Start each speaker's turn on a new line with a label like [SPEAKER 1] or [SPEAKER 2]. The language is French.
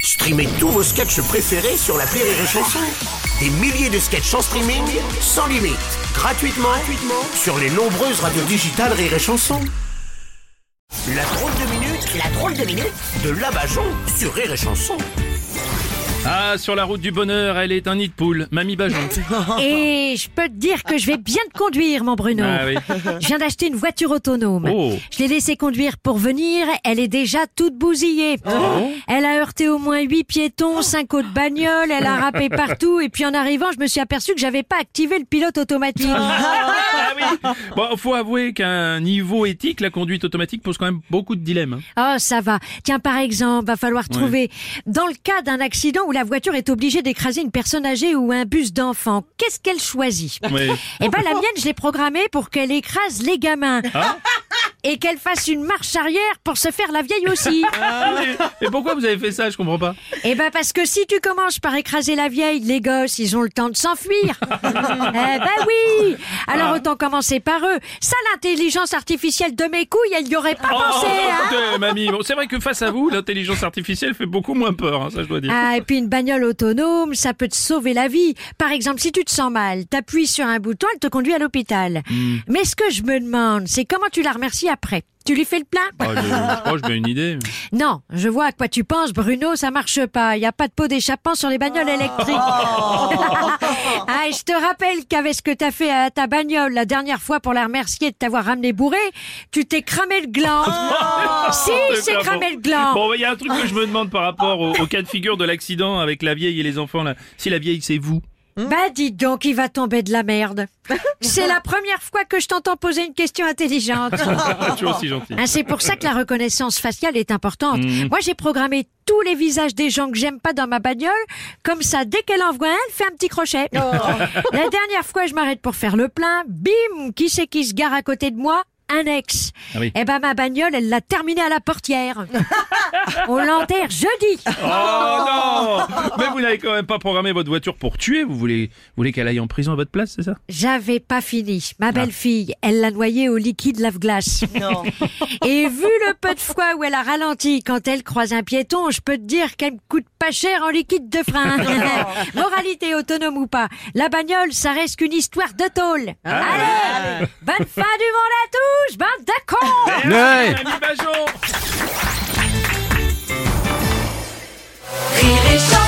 [SPEAKER 1] Streamez tous vos sketchs préférés sur la Rire et Chanson. Des milliers de sketchs en streaming, sans limite, gratuitement, gratuitement sur les nombreuses radios digitales Rire et Chanson. La drôle de minute, la drôle de minute de Labajon sur Rire et Chanson.
[SPEAKER 2] Ah, sur la route du bonheur, elle est un nid de poule, Mamie Bajon.
[SPEAKER 3] Et je peux te dire que je vais bien te conduire, mon Bruno.
[SPEAKER 2] Ah oui.
[SPEAKER 3] Je viens d'acheter une voiture autonome.
[SPEAKER 2] Oh.
[SPEAKER 3] Je l'ai laissée conduire pour venir. Elle est déjà toute bousillée.
[SPEAKER 2] Ah
[SPEAKER 3] Elle a heurté au moins huit piétons, cinq autres bagnoles. Elle a râpé partout. Et puis en arrivant, je me suis aperçu que j'avais pas activé le pilote automatique.
[SPEAKER 2] Ah oui Bon, faut avouer qu'à un niveau éthique, la conduite automatique pose quand même beaucoup de dilemmes. hein.
[SPEAKER 3] Oh, ça va. Tiens, par exemple, va falloir trouver, dans le cas d'un accident où la voiture est obligée d'écraser une personne âgée ou un bus d'enfants, qu'est-ce qu'elle choisit
[SPEAKER 2] Ouais.
[SPEAKER 3] Eh ben, la mienne, je l'ai programmée pour qu'elle écrase les gamins.
[SPEAKER 2] Ah.
[SPEAKER 3] Et qu'elle fasse une marche arrière pour se faire la vieille aussi.
[SPEAKER 2] Ah, mais, mais pourquoi vous avez fait ça Je comprends pas.
[SPEAKER 3] Eh ben, parce que si tu commences par écraser la vieille, les gosses, ils ont le temps de s'enfuir. eh ben oui.
[SPEAKER 2] Ah.
[SPEAKER 3] Alors, autant commencer par eux. Ça, l'intelligence artificielle de mes couilles, elle n'y aurait
[SPEAKER 2] Oh.
[SPEAKER 3] pas pensé, hein.
[SPEAKER 2] écoutez, mamie, bon, c'est vrai que face à vous, l'intelligence artificielle fait beaucoup moins peur, hein, ça je dois dire.
[SPEAKER 3] Ah, et puis une bagnole autonome, ça peut te sauver la vie. Par exemple, si tu te sens mal, t'appuies sur un bouton, elle te conduit à l'hôpital.
[SPEAKER 2] Hmm.
[SPEAKER 3] Mais ce que je me demande, c'est comment tu la remercies après. Tu lui fais le plein
[SPEAKER 2] Oh, je, je crois que je mets une idée.
[SPEAKER 3] Non, je vois à quoi tu penses, Bruno, ça marche pas. Il y a pas de pot d'échappement sur les bagnoles électriques. ah, et je te rappelle qu'avec ce que t'as fait à ta bagnole la dernière fois pour la remercier de t'avoir ramené bourré, tu t'es cramé le gland. si, c'est
[SPEAKER 2] Bravo.
[SPEAKER 3] cramé le gland.
[SPEAKER 2] Oh, Bon, bah, il y a un truc que je me demande par rapport au, au cas de figure de l'accident avec la vieille et les enfants. Là. Si la vieille, c'est vous.
[SPEAKER 3] Bah dis donc, il va tomber de la merde. C'est la première fois que je t'entends poser une question intelligente.
[SPEAKER 2] Ah, toujours aussi Mhm. gentil.
[SPEAKER 3] Hein, c'est pour ça que la reconnaissance faciale est importante. Moi, j'ai programmé tous les visages des gens que j'aime pas dans ma bagnole. Comme ça, dès qu'elle envoie un, elle fait un petit crochet. La dernière fois, je m'arrête pour faire le plein. Bim Qui c'est qui se gare à côté de moi un ex.
[SPEAKER 2] Ah oui.
[SPEAKER 3] Eh ben ma bagnole, elle l'a terminée à la portière. On l'enterre jeudi.
[SPEAKER 2] Oh non Mais vous n'avez quand même pas programmé votre voiture pour tuer. Vous voulez, vous voulez qu'elle aille en prison à votre place, c'est ça
[SPEAKER 3] J'avais pas fini. Ma belle-fille, elle l'a noyée au liquide lave-glace. Et vu le peu de fois où elle a ralenti quand elle croise un piéton, je peux te dire qu'elle me coûte pas cher en liquide de frein. Moralité autonome ou pas, la bagnole, ça reste qu'une histoire de tôle. Allez, bonne fin du monde à tous, bande de cons
[SPEAKER 2] Ouais. Mamie Bajon
[SPEAKER 4] Rire et chanson